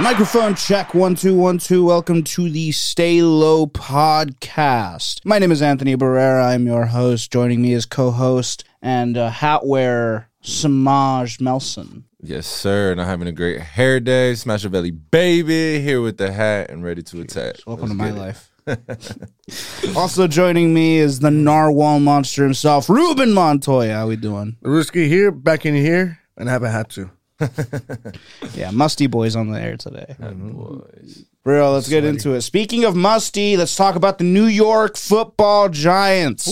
Microphone check one two one two. Welcome to the Stay Low podcast. My name is Anthony Barrera. I'm your host. Joining me is co-host and uh, hat wearer Samaj Melson. Yes, sir. And I'm having a great hair day. Smash a belly baby here with the hat and ready to attack. Welcome to my life. also joining me is the narwhal monster himself, Ruben Montoya. How we doing? Risky here, back in here, and I haven't had to. Yeah, Musty Boy's on the air today. Uh, Bro, let's get into it. Speaking of Musty, let's talk about the New York football giants.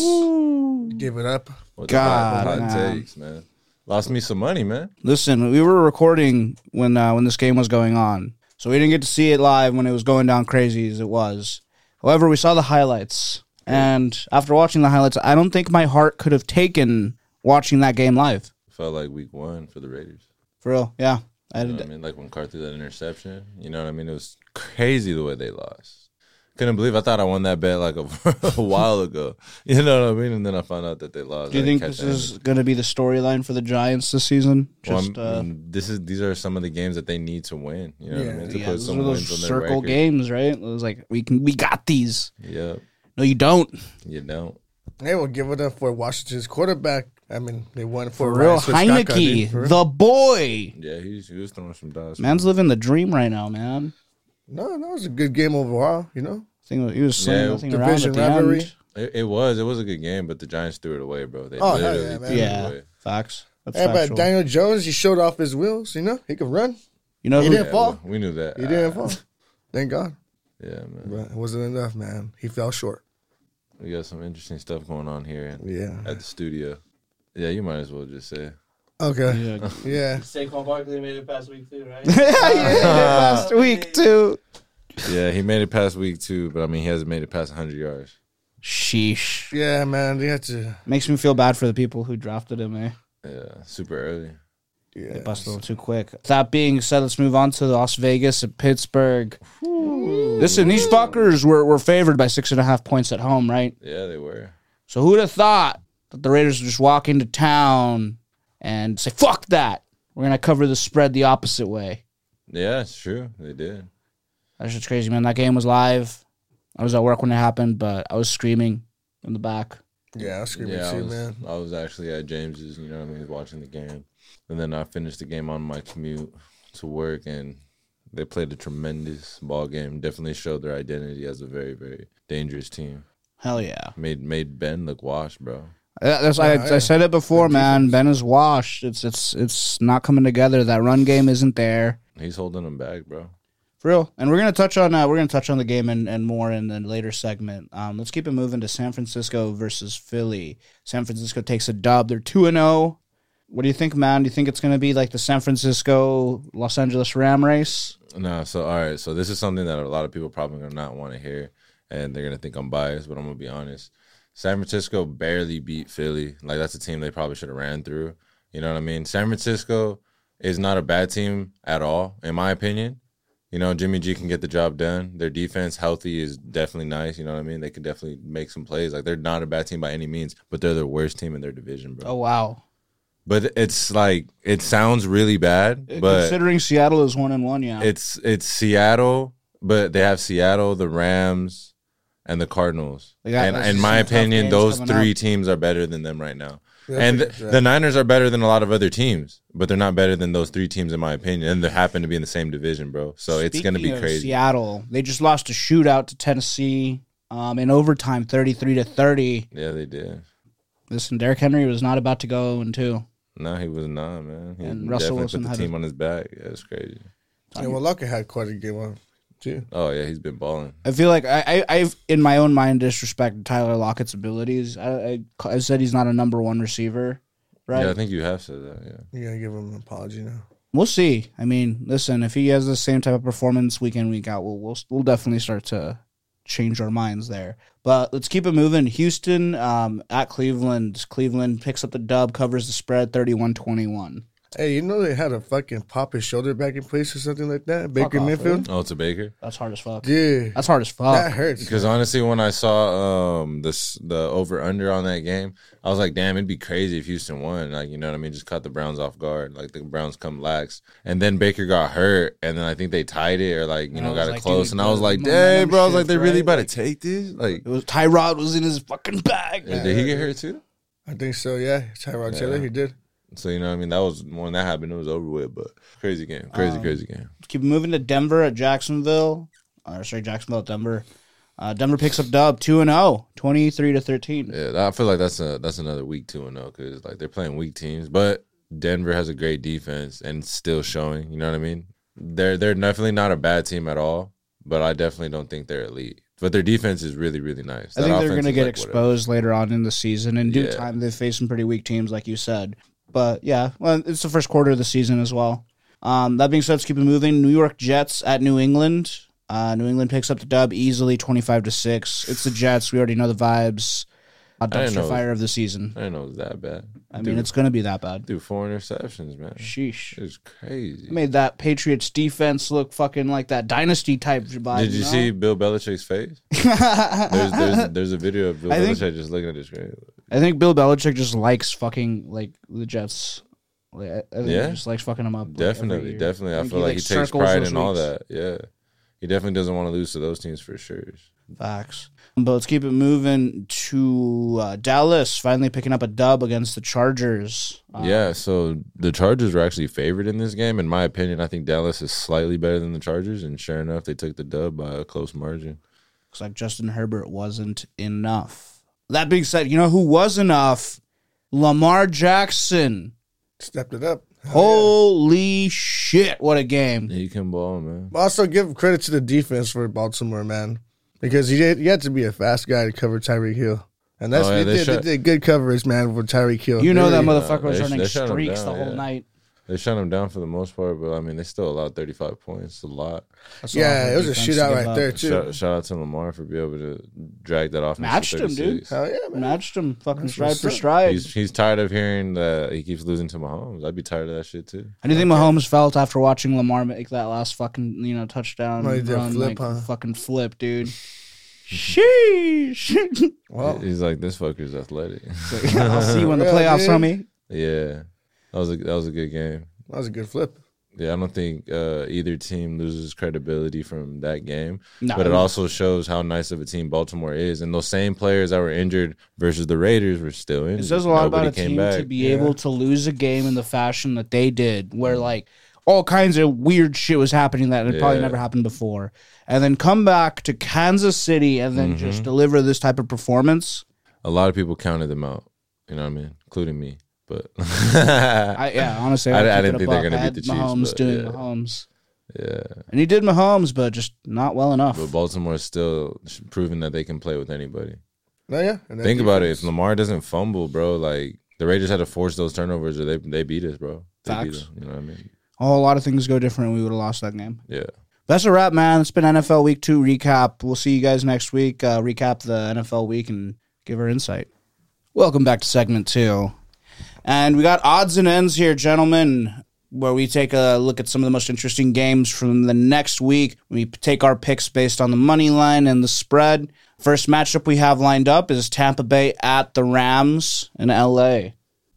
Give it up. What God, hot, hot man. takes, man. Lost me some money, man. Listen, we were recording when uh, when this game was going on, so we didn't get to see it live when it was going down crazy as it was. However, we saw the highlights, and after watching the highlights, I don't think my heart could have taken watching that game live. Felt like week one for the Raiders. For real, yeah. I You know did. what I mean, like when Carr threw that interception. You know what I mean? It was crazy the way they lost. Couldn't believe I thought I won that bet like a, a while ago. You know what I mean? And then I found out that they lost. Do you I didn't think this catch any of it. is going to be the storyline for the Giants this season? Well, Just I'm- uh, this is these are some of the games that they need to win. You know what I Yeah, mean? To yeah, put those some are those wins on their circle record. games, right? It was like we can, we got these. Yep. No, you don't. You don't. Hey, we'll give it up for Washington's quarterback. I mean, they won For for, real, Ryan Fitzcock, I mean, Heineke, for real. the boy. Yeah, he's he was throwing some dice. Man's living the dream right now, man. No, no, it was a good game overall. You know, I think he was slinging Yeah, that thing around at division the rivalry. end. It, it was. It was a good game, but the Giants threw it away, bro. They Oh, hell literally yeah, man. threw Yeah, it away. facts. That's hey, but factual. Daniel Jones, he showed off his wheels. You know, he could run. you know he who? didn't- Yeah, Fall? We, we knew that. He didn't Ah, fall. Thank God, Yeah, man. but it wasn't enough, man. He fell short. We got some interesting stuff going on here Yeah. at the studio. Yeah, you might as well just say. Okay. Yeah. Yeah. Saquon Barkley made it past week two, right? yeah, he did last week too. Yeah, he made it past week two, but I mean, he hasn't made it past 100 yards. Sheesh. Yeah, man. They had to. Makes me feel bad for the people who drafted him. Eh? Yeah, super early. They Yeah. busted him too quick. That being said, let's move on to Las Vegas and Pittsburgh. Listen, these fuckers were, were favored by six and a half points at home, right? Yeah, they were. So who'd have thought that the Raiders would just walk into town and say, fuck that. We're going to cover the spread the opposite way. Yeah, it's true. They did. That's just crazy, man. That game was live. I was at work when it happened, but I was screaming in the back. Yeah, I was screaming Yeah, I too, was, man. I was actually at James's, you know what I mean, watching the game. And then I finished the game on my commute to work, and they played a tremendous ball game. Definitely showed their identity as a very, very dangerous team. Hell yeah. Made made Ben look washed, bro. That- That's, Yeah, I, I yeah. said it before, man. Ben is washed. It's it's it's not coming together. That run game isn't there. He's holding them back, bro. For real. And we're gonna touch on uh, we're gonna touch on the game and, and more in the later segment. Um, let's keep it moving to San Francisco versus Philly. San Francisco takes a dub. They're two and zero. What do you think, man? Do you think it's gonna be like the San Francisco Los Angeles Ram race? No, so all right, so this is something that a lot of people probably are not want to hear, and they're gonna think I'm biased, but I'm gonna be honest. San Francisco barely beat Philly. Like that's a team they probably should have ran through. You know what I mean? San Francisco is not a bad team at all, in my opinion. You know, Jimmy G can get the job done. Their defense healthy is definitely nice. You know what I mean? They can definitely make some plays. Like they're not a bad team by any means, but they're the worst team in their division, bro. Oh wow! But it's like it sounds really bad, but Considering Seattle is one and one, yeah. it's it's Seattle, but they have Seattle, the Rams, and the Cardinals. They got- and that's in just my some tough opinion, games those coming three teams are better than them right now. Yeah, and that's th- the Niners are better than a lot of other teams, but they're not better than those three teams in my opinion. And they happen to be in the same division, bro. So it's gonna be Speaking of crazy. Seattle, they just lost a shootout to Tennessee um, in overtime, thirty-three to thirty. Yeah, they did. Listen, Derrick Henry was not about to go and two. No, he was not, man. He And Russell definitely Wilson put had the a- team on his back. Yeah, it's crazy. Yeah, well, Lockett had quite a game on too. Oh yeah, he's been balling. I feel like I, I, I've in my own mind disrespected Tyler Lockett's abilities. I, I, I said he's not a number one receiver, right? Yeah, I think you have said that. Yeah. You gotta give him an apology now. We'll see. I mean, listen, if he has the same type of performance week in week out, we'll we'll, we'll definitely start to change our minds there. But let's keep it moving. Houston um, at Cleveland. Cleveland picks up the dub, covers the spread, 31-21. Hey, you know they had to fucking pop his shoulder back in place or something like that? Baker off, Mayfield? Oh, it's a Baker. That's hard as fuck. Yeah. That's hard as That fuck. hurts. Because honestly, when I saw um this the over under on that game, I was like, damn, it'd be crazy if Houston won. Like, you know what I mean? Just caught the Browns off guard. Like the Browns come lax, and then Baker got hurt, and then I think they tied it or like you And I know was got like, it close, dude, and I was the like, momentum dang, bro, I was like, they shift, really right? about Like- to take this. Like, It was Tyrod was in his fucking bag. did he get hurt too? I think so, yeah. Tyrod Taylor, he did. So you know what I mean? That was when that happened. It was over with, but crazy game, Um, crazy, crazy game. keep moving to Denver at Jacksonville. Or sorry, Jacksonville at Denver. Uh, Denver picks up dub 2 and 0, 23 to 13. Yeah, that- I feel like that's a that's another week two and zero because like they're playing weak teams, but Denver has a great defense and still showing. You know what I mean? They're they're definitely not a bad team at all, but I definitely don't think they're elite. But their defense is really really nice. I think they're going to get exposed. exposed later on in the season. In due Yeah. time, they face some pretty weak teams, like you said. But yeah, well, it's the first quarter of the season as well. Um, that being said, let's keep it moving. New York Jets at New England. Uh, New England picks up the dub easily, twenty-five to six. It's the Jets. We already know the vibes. A didn't dumpster know. fire of the season. I didn't know it was that bad. I mean, it's going to be that bad. through four interceptions, man. Sheesh. It's crazy. Made that Patriots defense look fucking like that dynasty type vibe. Did you know? see Bill Belichick's face? There's there's, there's a video of Bill I think- Belichick just looking at his screen. I think Bill Belichick just likes fucking like the Jets. Like, I I think Yeah? he just likes fucking them up. like, every Definitely, year. definitely. I, think feel he, like, like, he takes circles pride those in all weeks. that. Yeah, he definitely doesn't want to lose to those teams for sure. Facts. But let's keep it moving to uh, Dallas finally picking up a dub against the Chargers. Uh, yeah, so the Chargers were actually favored in this game. In my opinion, I think Dallas is slightly better than the Chargers, and sure enough, they took the dub by a close margin. Looks like Justin Herbert wasn't enough. That being said, you know who was enough? Lamar Jackson. Stepped it up. Oh, Oh. Holy shit! What a game. He can ball, man. But also give credit to the defense for Baltimore, man, because you did, you had to be a fast guy to cover Tyreek Hill, and that's Oh, yeah, they, they did, shot- they did good coverage, man, for Tyreek Hill. You know that They- motherfucker was they- running they shut him streaks down, the whole yeah. night. They shut him down for the most part, but I mean, they still allowed 35 points. A lot. That's all Yeah, for it was a defense to shootout give right up. there too. Shout, shout out to Lamar for being able to drag that off. Matched him, dude. Hell yeah, man. Matched him fucking stride what's for up. stride. He's, he's tired of hearing that he keeps losing to Mahomes. I'd be tired of that shit too. And you think Mahomes felt after watching Lamar make that last fucking you know touchdown Right, that run, like, flip, huh? fucking flip, dude? Sheesh! Well, He's like, this fucker's athletic. I'll see you when the Yeah, playoffs, dude. homie. yeah, that was a, that was a good game. that was a good flip. Yeah, I don't think uh, either team loses credibility from that game, No. but it also shows how nice of a team Baltimore is. And those same players that were injured versus the Raiders were still in. It says a lot about a team to be able to lose a game in the fashion that they did, where like all kinds of weird shit was happening that had probably Yeah. never happened before, and then come back to Kansas City and then Mm-hmm. just deliver this type of performance. a lot of people counted them out. You know what I mean, including me. But yeah, I yeah, honestly, I- would I keep it didn't think they're above. gonna I beat had the Chiefs, Mahomes but doing yeah. Mahomes, but and he did Mahomes, but just not well enough. Baltimore is still sh- proving that they can play with anybody. No, yeah. and that Think about it. defense. If Lamar doesn't fumble, bro, like the Raiders had to force those turnovers, or they they beat us, bro. They beat Facts. us, you know what I mean? Oh, a whole lot of things go different. We would have lost that game. Yeah. That's a wrap, man. It's been NFL Week Two recap. We'll see you guys next week. Uh, recap the NFL week and give our insight. Welcome back to segment two, and we got odds and ends here, gentlemen. Where we take a look at some of the most interesting games from the next week. We take our picks based on the money line and the spread. First matchup we have lined up is Tampa Bay at the Rams in LA.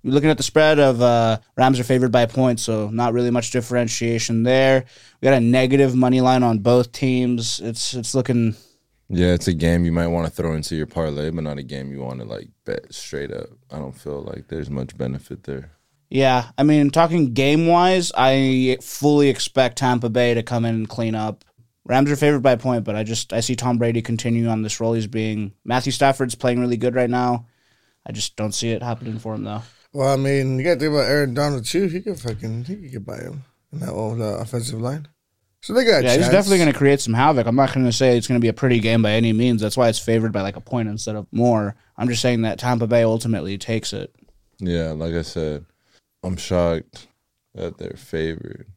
You're looking at the spread of uh, Rams are favored by a point, so not really much differentiation there. We got a negative money line on both teams. It's it's looking Yeah, it's a game you might want to throw into your parlay, but not a game you want to like bet straight up. I don't feel like there's much benefit there. yeah. I mean, talking game wise, I fully expect Tampa Bay to come in and clean up. Rams are favored by a point, but I just I see Tom Brady continue on this role he's being. Matthew Stafford's playing really good right now. I just don't see it happening for him though. Well, I mean, you got to think about Aaron Donald too. He could fucking he could get by him in that old uh, offensive line. So they got. A Yeah, he's chance. definitely going to create some havoc. I'm not going to say it's going to be a pretty game by any means. That's why it's favored by like a point instead of more. I'm just saying that Tampa Bay ultimately takes it. Yeah, like I said, I'm shocked that they're favored.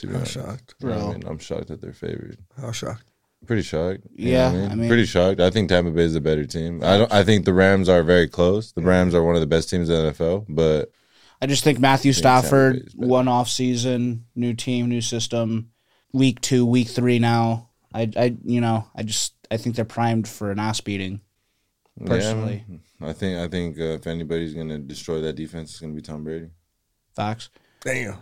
To be I'm honest, shocked. You know what I Bro. mean? I'm shocked that they're favored. How shocked? Pretty shocked. You Yeah, know what I mean- pretty shocked. I think Tampa Bay is the better team. I don't. I think the Rams are very close. The Rams are one of the best teams in the NFL, but I just think Matthew think Tampa Stafford, Bay's better. one off season, new team, new system, week two, week three now. I, I, you know, I just I think they're primed for an ass beating. Yeah, Personally. man. I think I think uh, if anybody's gonna destroy that defense, it's gonna be Tom Brady. Facts. Damn.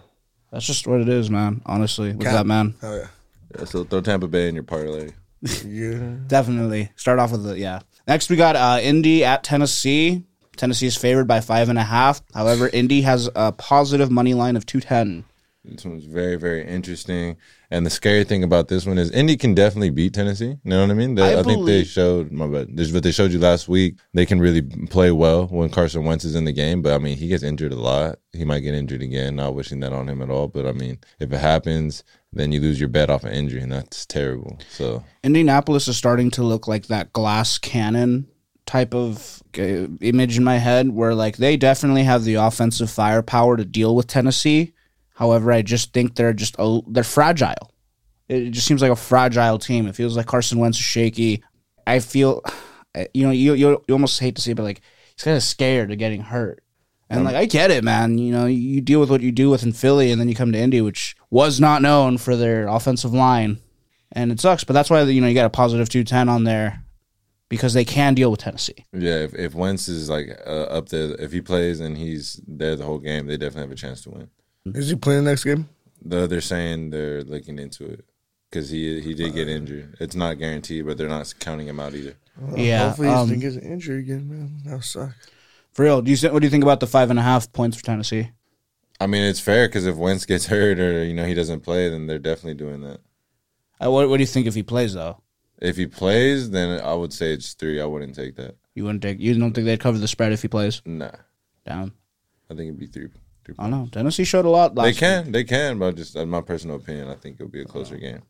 That's just what it is, man. Honestly, with Cap. that man, Oh yeah. Yeah, so throw Tampa Bay in your parlay. Yeah. definitely start off with the yeah. Next we got uh, Indy at Tennessee. Tennessee is favored by five and a half. However, Indy has a positive money line of two ten. This one's very, very interesting. And the scary thing about this one is Indy can definitely beat Tennessee. You know what I mean? They, I I, think they believe- showed my bad. This, what they showed you last week, they can really play well when Carson Wentz is in the game. But I mean, he gets injured a lot. He might get injured again. Not wishing that on him at all. But I mean, if it happens, then you lose your bet off an injury, and that's terrible. So Indianapolis is starting to look like that glass cannon type of uh, image in my head where like they definitely have the offensive firepower to deal with Tennessee. However, I just think they're just a, they're fragile. It just seems like a fragile team. It feels like Carson Wentz is shaky. I feel you know you you, you almost hate to see it, but like he's kind of scared of getting hurt. And like I get it, man. You know, you deal with what you do with in Philly, and then you come to Indy, which was not known for their offensive line and it sucks. But that's why you know you got a positive two ten on there because they can deal with Tennessee. yeah, if, if Wentz is like uh, up there, if he plays and he's there the whole game, they definitely have a chance to win. Is he playing the next game? Though they're saying they're looking into it because he he did get injured. It's not guaranteed, but they're not counting him out either. Well, Yeah, Hopefully he um, doesn't get injured again, man. That'll suck. For real, do you thi- what do you think about the five and a half points for Tennessee? I mean, it's fair because if Wentz gets hurt or you know he doesn't play, then they're definitely doing that. Uh, what, what do you think if he plays though? If he plays, then I would say it's three. I wouldn't take that. You wouldn't take. You don't think they'd cover the spread if he plays? Nah, Down. I think it'd be three. three I don't know. Tennessee showed a lot. Last they Week. Uh. can, they can, but just in my personal opinion, I think it'll be a closer game.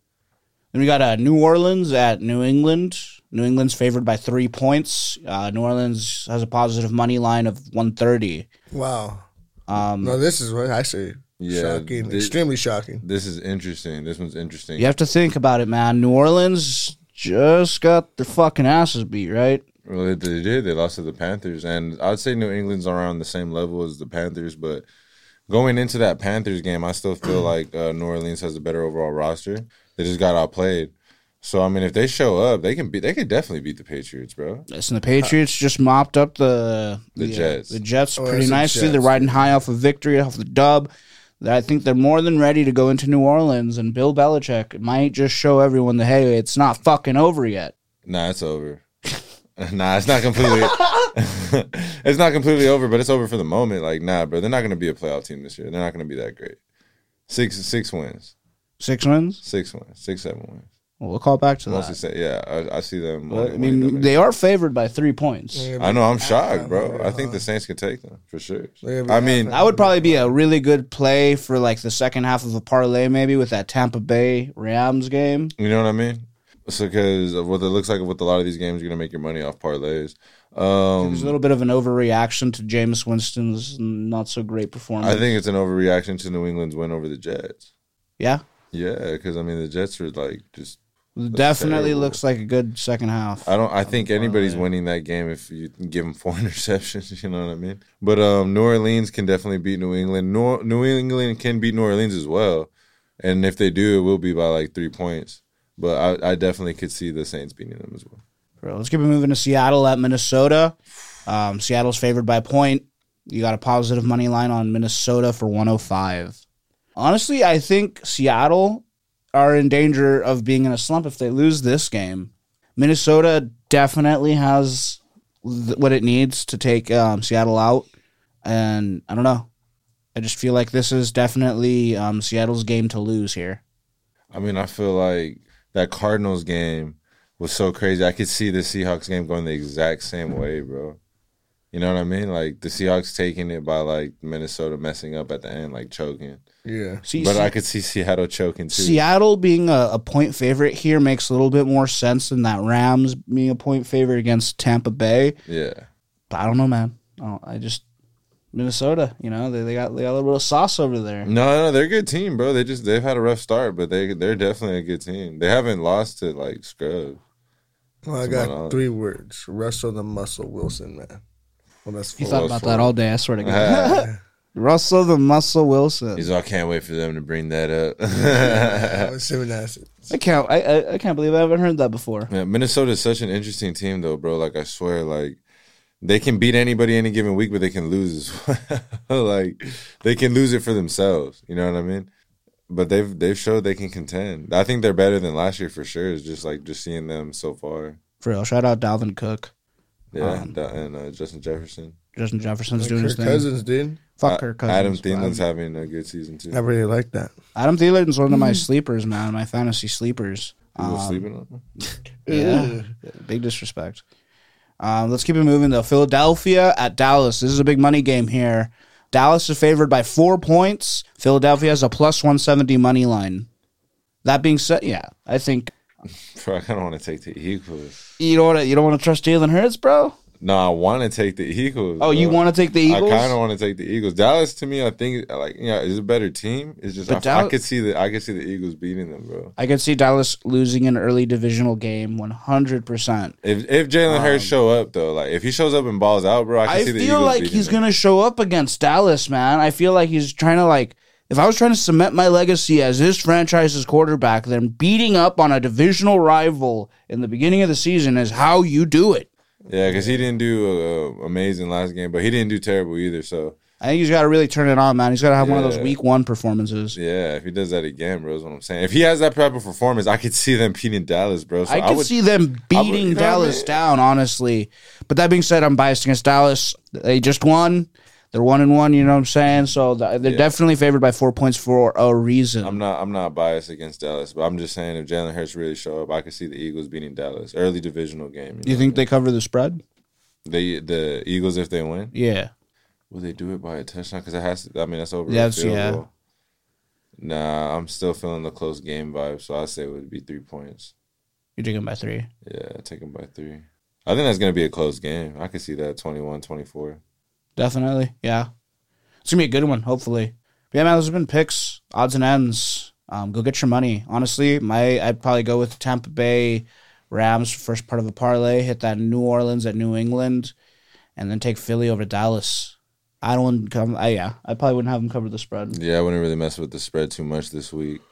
Then we got uh, New Orleans at New England. New England's favored by three points. Uh, New Orleans has a positive money line of one thirty. Wow. Um, No, this is what I say. Yeah, shocking. thi- Extremely shocking. This is interesting. This one's interesting. you have to think about it, man. New Orleans just got their fucking asses beat, right? Well, they, they did. They lost to the Panthers, and I'd say New England's around the same level as the Panthers. But going into that Panthers game, I still feel like uh, New Orleans has a better overall roster. They just got outplayed. So I mean, if they show up, they can beat. They could definitely beat the Patriots, bro. Listen, the Patriots just mopped up the uh, The Jets. The Jets Oh, pretty it's the nicely. Jets, They're riding high off of victory, off the dub. I think they're more than ready to go into New Orleans, and Bill Belichick might just show everyone that hey, it's not fucking over yet. Nah, it's over. nah, it's not completely. it's not completely over, but it's over for the moment. Like, nah, bro, they're not gonna be a playoff team this year. They're not gonna be that great. Six, six wins, Six wins. six wins, six seven wins. Well, we'll call back to that. Mostly, say, yeah, I, I see them. Well, I winning- winning mean, them. they are favored by three points. Yeah, I know. I'm shocked, halftime, bro. bro. I think the Saints can take them for sure. Yeah, but I mean, halftime. That would probably be a really good play for like the second half of a parlay, maybe with that Tampa Bay Rams game. you know what I mean. So, because of what it looks like with a lot of these games, you're gonna make your money off parlays. Um, There's a little bit of an overreaction to Jameis Winston's not so great performance. I think it's an overreaction to New England's win over the Jets. yeah. Yeah, because I mean, the Jets are like just. Definitely terrible. Uh, looks like a good second half. I don't. I think anybody's winning that game if you give them four interceptions. You know what I mean? But um, New Orleans can definitely beat New England. New, New England can beat New Orleans as well, and if they do, it will be by like three points. But I, I definitely could see the Saints beating them as well. Bro, let's keep it moving to Seattle at Minnesota. Um, Seattle's favored by a point. You got a positive money line on Minnesota for 105. Honestly, I think Seattle are in danger of being in a slump if they lose this game. Minnesota definitely has th- what it needs to take um, Seattle out. And I don't know. I just feel like this is definitely um, Seattle's game to lose here. I mean, I feel like that Cardinals game was so crazy. I could see the Seahawks game going the exact same way, bro. You know what I mean? Like the Seahawks taking it by like Minnesota messing up at the end, like choking. Yeah. See, But Se- I could see Seattle choking too. Seattle being a, a point favorite here makes a little bit more sense than that Rams being a point favorite against Tampa Bay. yeah. But I don't know, man. I, don't, I just Minnesota, you know, they, they got they got a little sauce over there. No, no, they're a good team, bro. They just they've had a rough start, but they they're definitely a good team. They haven't lost to like scrubs. Well, I Come on. got three words. Wrestle the muscle, Wilson, man. Well, that's He four. thought about that all day. I swear to God. Ah, Russell the Muscle Wilson. He's all, I can't wait for them to bring that up. I was assuming that's it. I can't. I, I I can't believe I haven't heard that before. Yeah, Minnesota is such an interesting team, though, bro. Like I swear, like they can beat anybody any given week, but they can lose as well. like they can lose it for themselves. You know what I mean? But they've they've showed they can contend. I think they're better than last year for sure. It's just like just seeing them so far. For real. Shout out Dalvin Cook. Yeah, Um, Da- and uh, Justin Jefferson, Justin Jefferson's Like doing Kirk his thing. Cousins, dude. Fuck Uh, Kirk Cousins. Adam bro. Thielen's having a good season too. I really like that. Adam Thielen's one of Mm. my sleepers, man. My fantasy sleepers. People Um, sleeping on. him? Yeah. Big disrespect. Um, let's keep it moving though. Philadelphia at Dallas. This is a big money game here. Dallas is favored by four points. Philadelphia has a plus one seventy money line. That being said, yeah, I think Bro, I kind of want to take the Eagles. you don't want to you don't want to trust Jalen Hurts, bro. No, I want to take the Eagles. Oh, you bro. want to take the Eagles? I kind of want to take the Eagles. Dallas to me, I think like yeah, is a better team. It's just I, But I Dal- could see the I could see the Eagles beating them, bro. I could see Dallas losing an early divisional game, one hundred percent. If if Jalen Hurts show up though, like if he shows up and balls out, bro, I can Um, I see the feel Eagles like beating he's them. gonna show up against Dallas, man. I feel like he's trying to like if I was trying to cement my legacy as this franchise's quarterback, then beating up on a divisional rival in the beginning of the season is how you do it. Yeah, because he didn't do uh, amazing last game, but he didn't do terrible either. So I think he's got to really turn it on, man. He's got to have one of those Yeah. week one performances. yeah, if he does that again, bro, is what I'm saying. If he has that type of performance, I could see them beating Dallas, bro. So I I, could would see them would- beating you know what I Dallas mean? down, honestly. But that being said, I'm biased against Dallas. They just won. They're one and one. You know what I'm saying? So th- they're Yeah. definitely favored by four points for a reason. I'm not I'm not biased against Dallas, but I'm just saying if Jalen Hurts really show up, I could see the Eagles beating Dallas early divisional game. you think they cover the spread? they the Eagles if they win? Yeah. Will they do it by a touchdown? Because it has to. I mean, that's over. a That's- field yeah. goal. Nah, I'm still feeling the close game vibe, so I say it would be three points. You're taking by three. Yeah, take them by three. I think that's gonna be a close game. I could see that 21-24. Definitely. Yeah. It's going to be a good one, hopefully. But yeah, man, those have been picks, odds and ends. Um, go get your money. Honestly, my I'd probably go with Tampa Bay Rams first part of a parlay, hit that New Orleans at New England, and then take Philly over Dallas. I don't come. I, yeah, I probably wouldn't have them cover the spread. Yeah, I wouldn't really mess with the spread too much this week.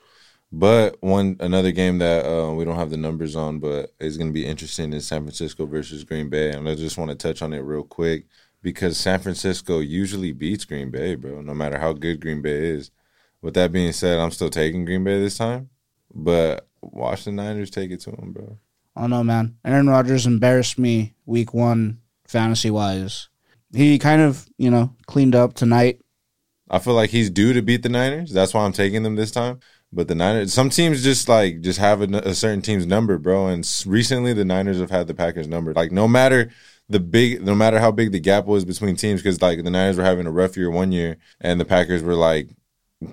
But one another game that uh, we don't have the numbers on, but is going to be interesting is San Francisco versus Green Bay, and I just want to touch on it real quick because San Francisco usually beats Green Bay, bro. No matter how good Green Bay is. With that being said, I'm still taking Green Bay this time, but watch the Niners take it to them, bro. Oh no, man! Aaron Rodgers embarrassed me week one fantasy wise. He kind of you know cleaned up tonight. I feel like he's due to beat the Niners. That's why I'm taking them this time. But the Niners, some teams just like just have a, a certain team's number, bro. And s- recently, the Niners have had the Packers number. Like no matter the big, no matter how big the gap was between teams, because like the Niners were having a rough year one year, and the Packers were like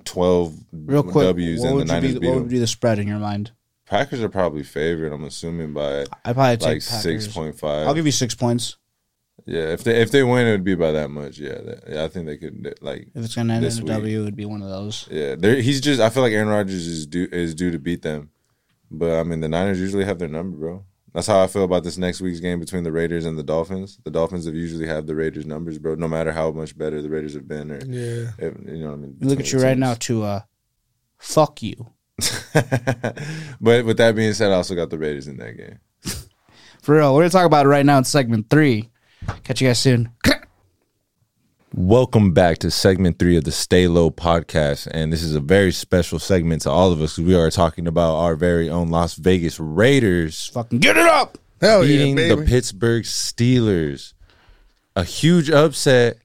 twelve Real quick, W's, what and the would you Niners be? beat What would them. be the spread in your mind? Packers are probably favored. I'm assuming by I probably take like Packers. six point I'll five. give you six points yeah, if they if they win, it would be by that much. Yeah, that, yeah I think they could like if it's gonna end This in a week. W. It would be one of those. Yeah, they're, he's just. I feel like Aaron Rodgers is due is due to beat them, but I mean the Niners usually have their number, bro. That's how I feel about this next week's game between the Raiders and the Dolphins. The Dolphins have usually have the Raiders numbers, bro. No matter how much better the Raiders have been, or Yeah. if, you know what I mean. Look at you right now, to uh, fuck you but with that being said, I also got the Raiders in that game. for real. We're gonna talk about it right now in segment three. Catch you guys soon. Welcome back to segment three of the Stay Low podcast. And this is a very special segment to all of us. We are talking about our very own Las Vegas Raiders Fucking get it up. Hell yeah, beating baby. the Pittsburgh Steelers. A huge upset.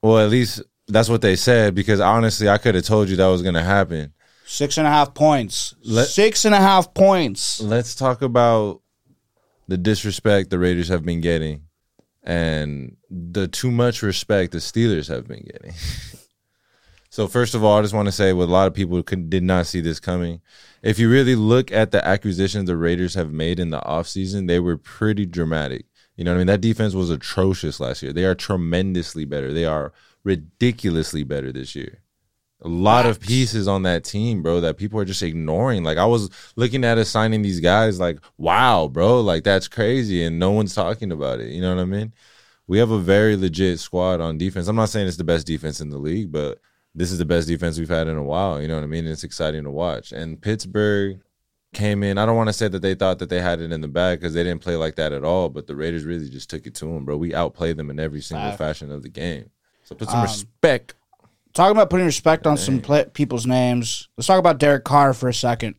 Well, at least that's what they said, because honestly, I could have told you that was going to happen. Six and a half points. Let- six and a half points. Let's talk about the disrespect the Raiders have been getting and the too much respect the Steelers have been getting. so, first of all, I just want to say what a lot of people could, did not see this coming. If you really look at the acquisitions the Raiders have made in the offseason, they were pretty dramatic. You know what I mean? That defense was atrocious last year. They are tremendously better. They are ridiculously better this year. A lot of pieces on that team, bro, that people are just ignoring. Like I was looking at us signing these guys, like, wow, bro, like that's crazy, and no one's talking about it. You know what I mean? we have a very legit squad on defense. I'm not saying it's the best defense in the league, but this is the best defense we've had in a while. You know what I mean? It's exciting to watch. And Pittsburgh came in. I don't want to say that they thought that they had it in the bag because they didn't play like that at all. But the Raiders really just took it to them, bro. We outplayed them in every single Fact. fashion of the game. So put some Um, respect. Talking about putting respect on some pla people's names. Let's talk about Derek Carr for a second.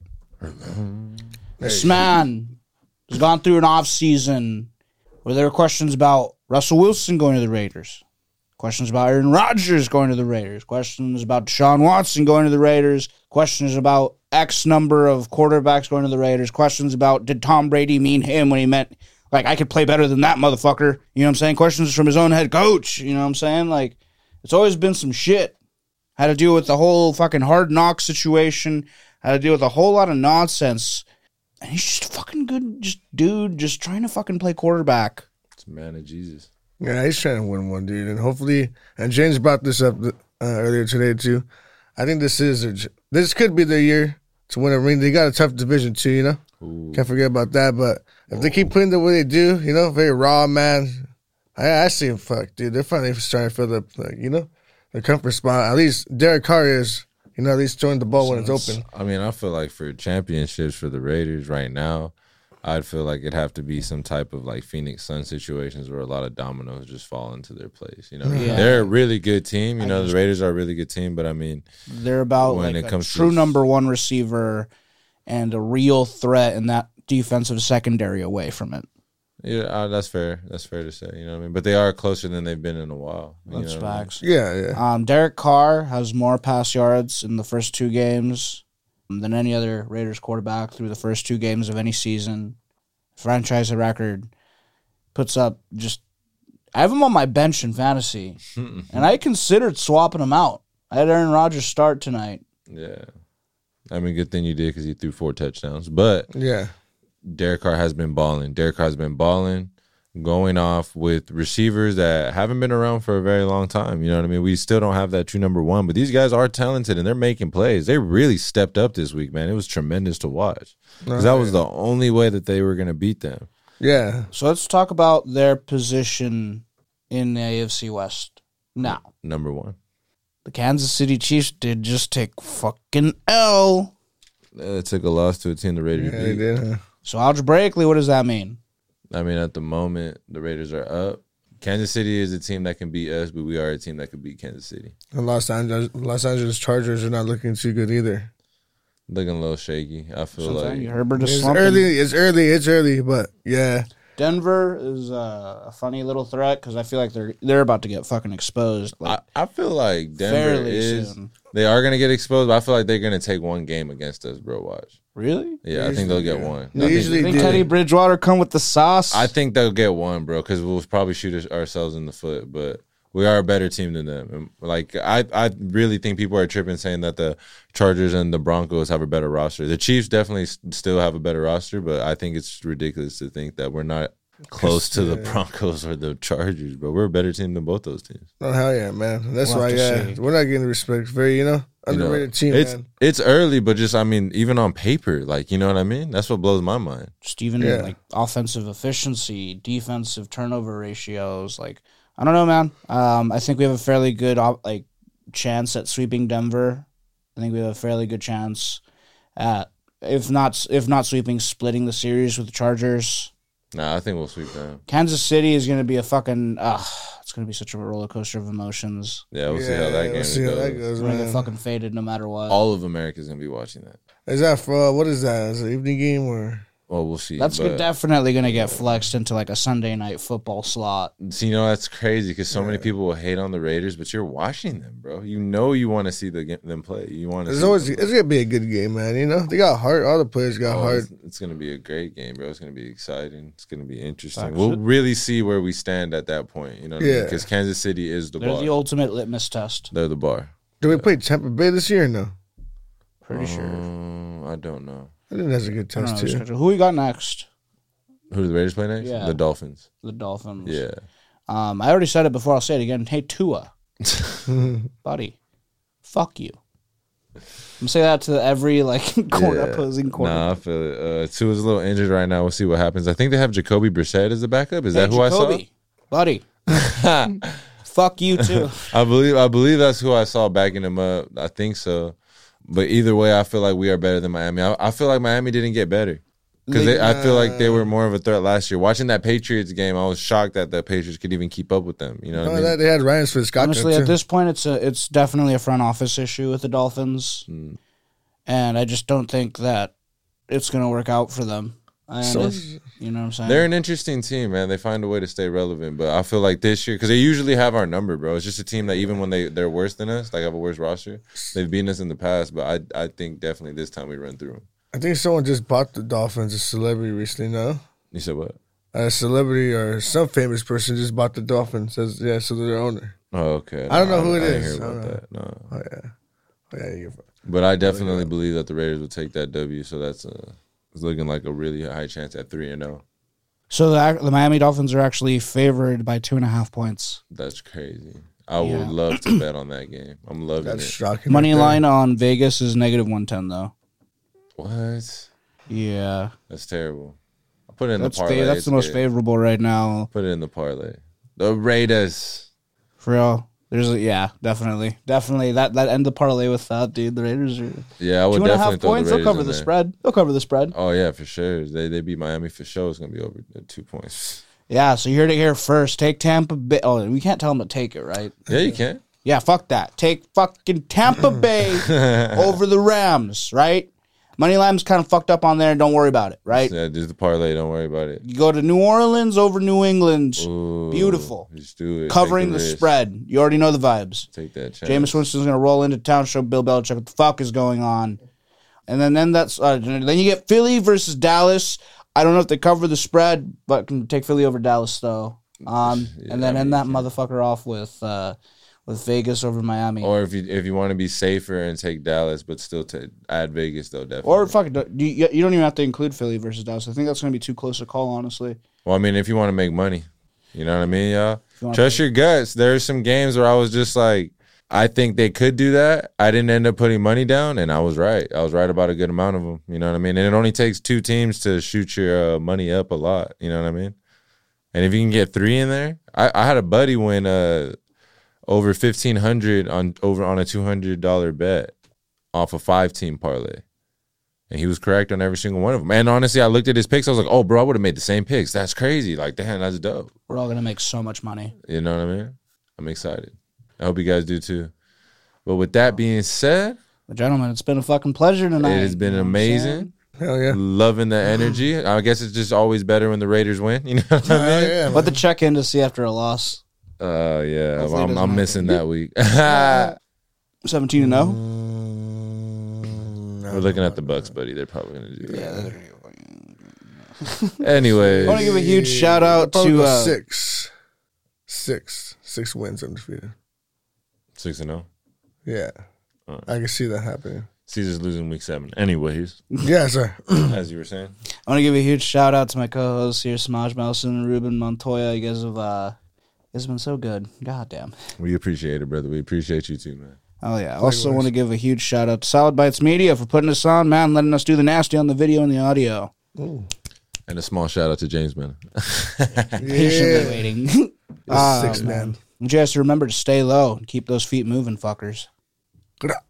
This man has gone through an off season where there were questions about Russell Wilson going to the Raiders, questions about Aaron Rodgers going to the Raiders, questions about Deshaun Watson going to the Raiders, questions about X number of quarterbacks going to the Raiders, questions about did Tom Brady mean him when he meant like I could play better than that motherfucker? You know what I'm saying? Questions from his own head coach. You know what I'm saying? Like it's always been some shit. Had to deal with the whole fucking hard knock situation. Had to deal with a whole lot of nonsense. And he's just a fucking good, just dude, just trying to fucking play quarterback. It's man of Jesus. Yeah, he's trying to win one, dude, and hopefully, and James brought this up uh, earlier today too. I think this is their, this could be their year to win a ring. They got a tough division too, you know. Ooh. Can't forget about that. But if they keep putting the way they do, you know, very raw, man. I, I see him, fuck, dude. They're finally starting to fill the, like, you know, the comfort spot. At least Derek Carr is, you know, at least throwing the ball when it's open. I mean, I feel like for championships for the Raiders right now, I'd feel like it'd have to be some type of like Phoenix Sun situations where a lot of dominoes just fall into their place. You know, Yeah. they're a really good team. You know, the Raiders are a really good team, but I mean, They're about When like it a comes to true the- number one receiver and a real threat in that defensive secondary away from it. yeah, uh, that's fair. That's fair to say. You know what I mean? But they are closer than they've been in a while. you That's know what I mean? facts. Yeah, yeah. Um, Derek Carr has more pass yards in the first two games than any other Raiders quarterback through the first two games of any season. Franchise record puts up just. I have him on my bench in fantasy, and I considered swapping him out. I had Aaron Rodgers start tonight. Yeah. I mean, good thing you did because he threw four touchdowns. But Yeah. Derek Carr has been balling. Derek Carr has been balling, going off with receivers that haven't been around for a very long time. You know what I mean? We still don't have that true number one, but these guys are talented and they're making plays. They really stepped up this week, man. It was tremendous to watch because that was the only way that they were going to beat them. Yeah. So let's talk about their position in the AFC West now. Number one. The Kansas City Chiefs did just take fucking L. Uh, It took a loss to a team the Raiders Yeah, beat. they did. Huh? So algebraically, what does that mean? I mean, at the moment, the Raiders are up. Kansas City is a team that can beat us, but we are a team that could beat Kansas City. The Los Angeles, Los Angeles Chargers are not looking too good either. Looking a little shaky. I feel Sometimes like Herbert is It's slumping. early. It's early. It's early. But yeah, Denver is uh, a funny little threat because I feel like they're they're about to get fucking exposed. I, Like, I feel like Denver fairly is. soon. They are gonna get exposed, but I feel like they're gonna take one game against us, bro. Watch. really? Yeah, I think they'll get one. They I think, usually You think do. Teddy Bridgewater come with the sauce? I think they'll get one, bro, because we'll probably shoot ourselves in the foot. But we are a better team than them. And, Like I, I really think people are tripping saying that the Chargers and the Broncos have a better roster. The Chiefs definitely s- still have a better roster, but I think it's ridiculous to think that we're not close to the Broncos or the Chargers. But we're a better team than both those teams. Oh hell yeah, man! That's We'll why have to yeah, see. we're not getting the respect. Very you know you know, underrated team, it's man. it's early, but just I mean, even on paper, like you know what I mean. That's what blows my mind. just even Yeah. like offensive efficiency, defensive turnover ratios. Like I don't know, man. Um, I think we have a fairly good op- like chance at sweeping Denver. I think we have a fairly good chance at if not if not sweeping, splitting the series with the Chargers. Nah, I think we'll sweep them. Kansas City is going to be a fucking. Uh, it's going to be such a roller coaster of emotions. Yeah, we'll see yeah, how that game we'll see how goes. that goes, We're going to get man. fucking faded no matter what. All of America's gonna be watching that. Is that for uh, what is that? Is it evening game or Well, we'll see. That's but, definitely going to get flexed into like a Sunday night football slot. See, you know that's crazy because so many people will hate on the Raiders, but you're watching them, bro. You know you want to see the, ga- them play. You want to. it's always it's gonna be a good game, man. You know they got heart. All the players got heart. Oh, It's, it's gonna be a great game, bro. It's gonna be exciting. It's gonna be interesting. Facts. We'll really see where we stand at that point. You know, because I mean? Yeah. 'Cause Kansas City is the They're bar. the ultimate litmus test. They're the bar. Do we play Tampa Bay this year? or No, Pretty sure. Um, I don't know. I think that's a good I don't know test the too. schedule. Who we got next? Who do the Raiders play next? Yeah. The Dolphins. The Dolphins. Yeah. Um, I already said it before. I'll say it again. Hey Tua, buddy, fuck you. I'm saying that to every like corner Yeah. opposing corner. Nah, I feel it. Uh, Tua's a little injured right now. We'll see what happens. I think they have Jacoby Brissett as the backup. Is that who I saw? Buddy, Fuck you too. I believe I believe that's who I saw backing him up. I think so. But either way, I feel like we are better than Miami. I, I feel like Miami didn't get better because I feel like they were more of a threat last year. Watching that Patriots game, I was shocked that the Patriots could even keep up with them. You know what Oh, I mean? that, they had Ryan Fitzpatrick Honestly, too. at this point, it's a it's definitely a front office issue with the Dolphins, Mm. and I just don't think that it's gonna work out for them. I So- understand- you know what I'm saying? They're an interesting team, man. They find a way to stay relevant, but I feel like this year because they usually have our number, bro. It's just a team that even when they they're worse than us, like have a worse roster, they've beaten us in the past. But I I think definitely this time we run through them. I think someone just bought the Dolphins, a celebrity recently. No, You said what? a celebrity or some famous person just bought the Dolphins. As, yeah, so they're their owner. Oh, okay. I don't know No, who it didn't is. hear I about don't know. that. No. Oh yeah, oh, yeah. You get- But I definitely believe that the Raiders will take that W. So that's uh it's looking like a really high chance at three and oh. zero. so the, the Miami Dolphins are actually favored by two and a half points. That's crazy. I Yeah. would love to bet on that game. I'm loving That's it. shocking. Money right there. line on Vegas is negative one ten though. What? Yeah, That's terrible. I put it in that's the parlay. the, that's It's the most good. favorable right now. Put it in the parlay. The Raiders. For real, there's a, yeah, definitely, definitely that that end the parlay with that dude. The Raiders are Yeah, I would two and a definitely half throw points. They'll the Raiders cover in the there. spread. They'll cover the spread. Oh yeah, for sure. They they beat Miami for sure. It's gonna be over uh, two points. Yeah, so you heard it here first. Take Tampa Bay. Oh, we can't tell them to take it, right? Yeah, you can. Yeah, fuck that. Take fucking Tampa Bay over the Rams, right? Money line's kind of fucked up on there. Don't worry about it, right? Yeah, just the parlay. Don't worry about it. You go to New Orleans over New England, Ooh, Beautiful. Just do it. Take covering the risk. spread. You already know the vibes. Take that chance. Jameis Winston's gonna roll into town, show Bill Belichick what the fuck is going on, and then then that's uh, then you get Philly versus Dallas. I don't know if they cover the spread, but can take Philly over Dallas though. Um, and then I end that motherfucker off with uh, with Vegas over Miami, or, Or if you if you want to be safer and take Dallas, but still ta add Vegas though, definitely. fuck, it, you, you don't even have to include Philly versus Dallas. I think that's gonna be too close a call, honestly. well, I mean, if you want to make money, you know what I mean, y'all. you wanna Trust your guts. There's some games where I was just like, I think they could do that. I didn't end up putting money down, and I was right. I was right about a good amount of them. You know what I mean? And it only takes two teams to shoot your uh, money up a lot. You know what I mean? And if you can get three in there, I, I had a buddy win uh, over fifteen hundred on over on a two hundred dollar bet off a five team parlay. And he was correct on every single one of them. And honestly, I looked at his picks. I was like, "Oh, bro, I would have made the same picks. That's crazy. Like, damn, that's dope." We're all gonna make so much money. You know what I mean? I'm excited. I hope you guys do too. But with that being said, But gentlemen, it's been a fucking pleasure tonight. it has been You know what I'm saying? amazing. Hell yeah. Loving the energy. I guess it's just always better when the Raiders win. You know what I Hell mean? Oh, yeah, man. But the check in to see after a loss, Oh yeah, Hopefully it I'm, doesn't I'm happen. missing that week. We're seventeen to Mm-hmm. zero. Mm, no. looking at the Bucks, buddy. They're probably gonna do Yeah, that. they're gonna go- I want to Anyways, give a huge shout out Probably to go uh, six, six, six wins undefeated. six and oh. zero. Yeah, Alright. I can see that happening. Caesar's losing week seven. Anyways, yeah, sir. as you were saying, I want to give a huge shout out to my co-hosts here, Samaj Melson, Ruben Montoya. You guys have uh, you guys have been so good. God damn. we appreciate it, brother. We appreciate you too, man. Oh yeah. Also want to give a huge shout out to Solid Bites Media for putting us on, man, letting us do the nasty on the video and the audio. And a small shout out to James, man. Patiently waiting. six Ah, man. Ah, You guys remember to stay low and keep those feet moving, fuckers. Gra-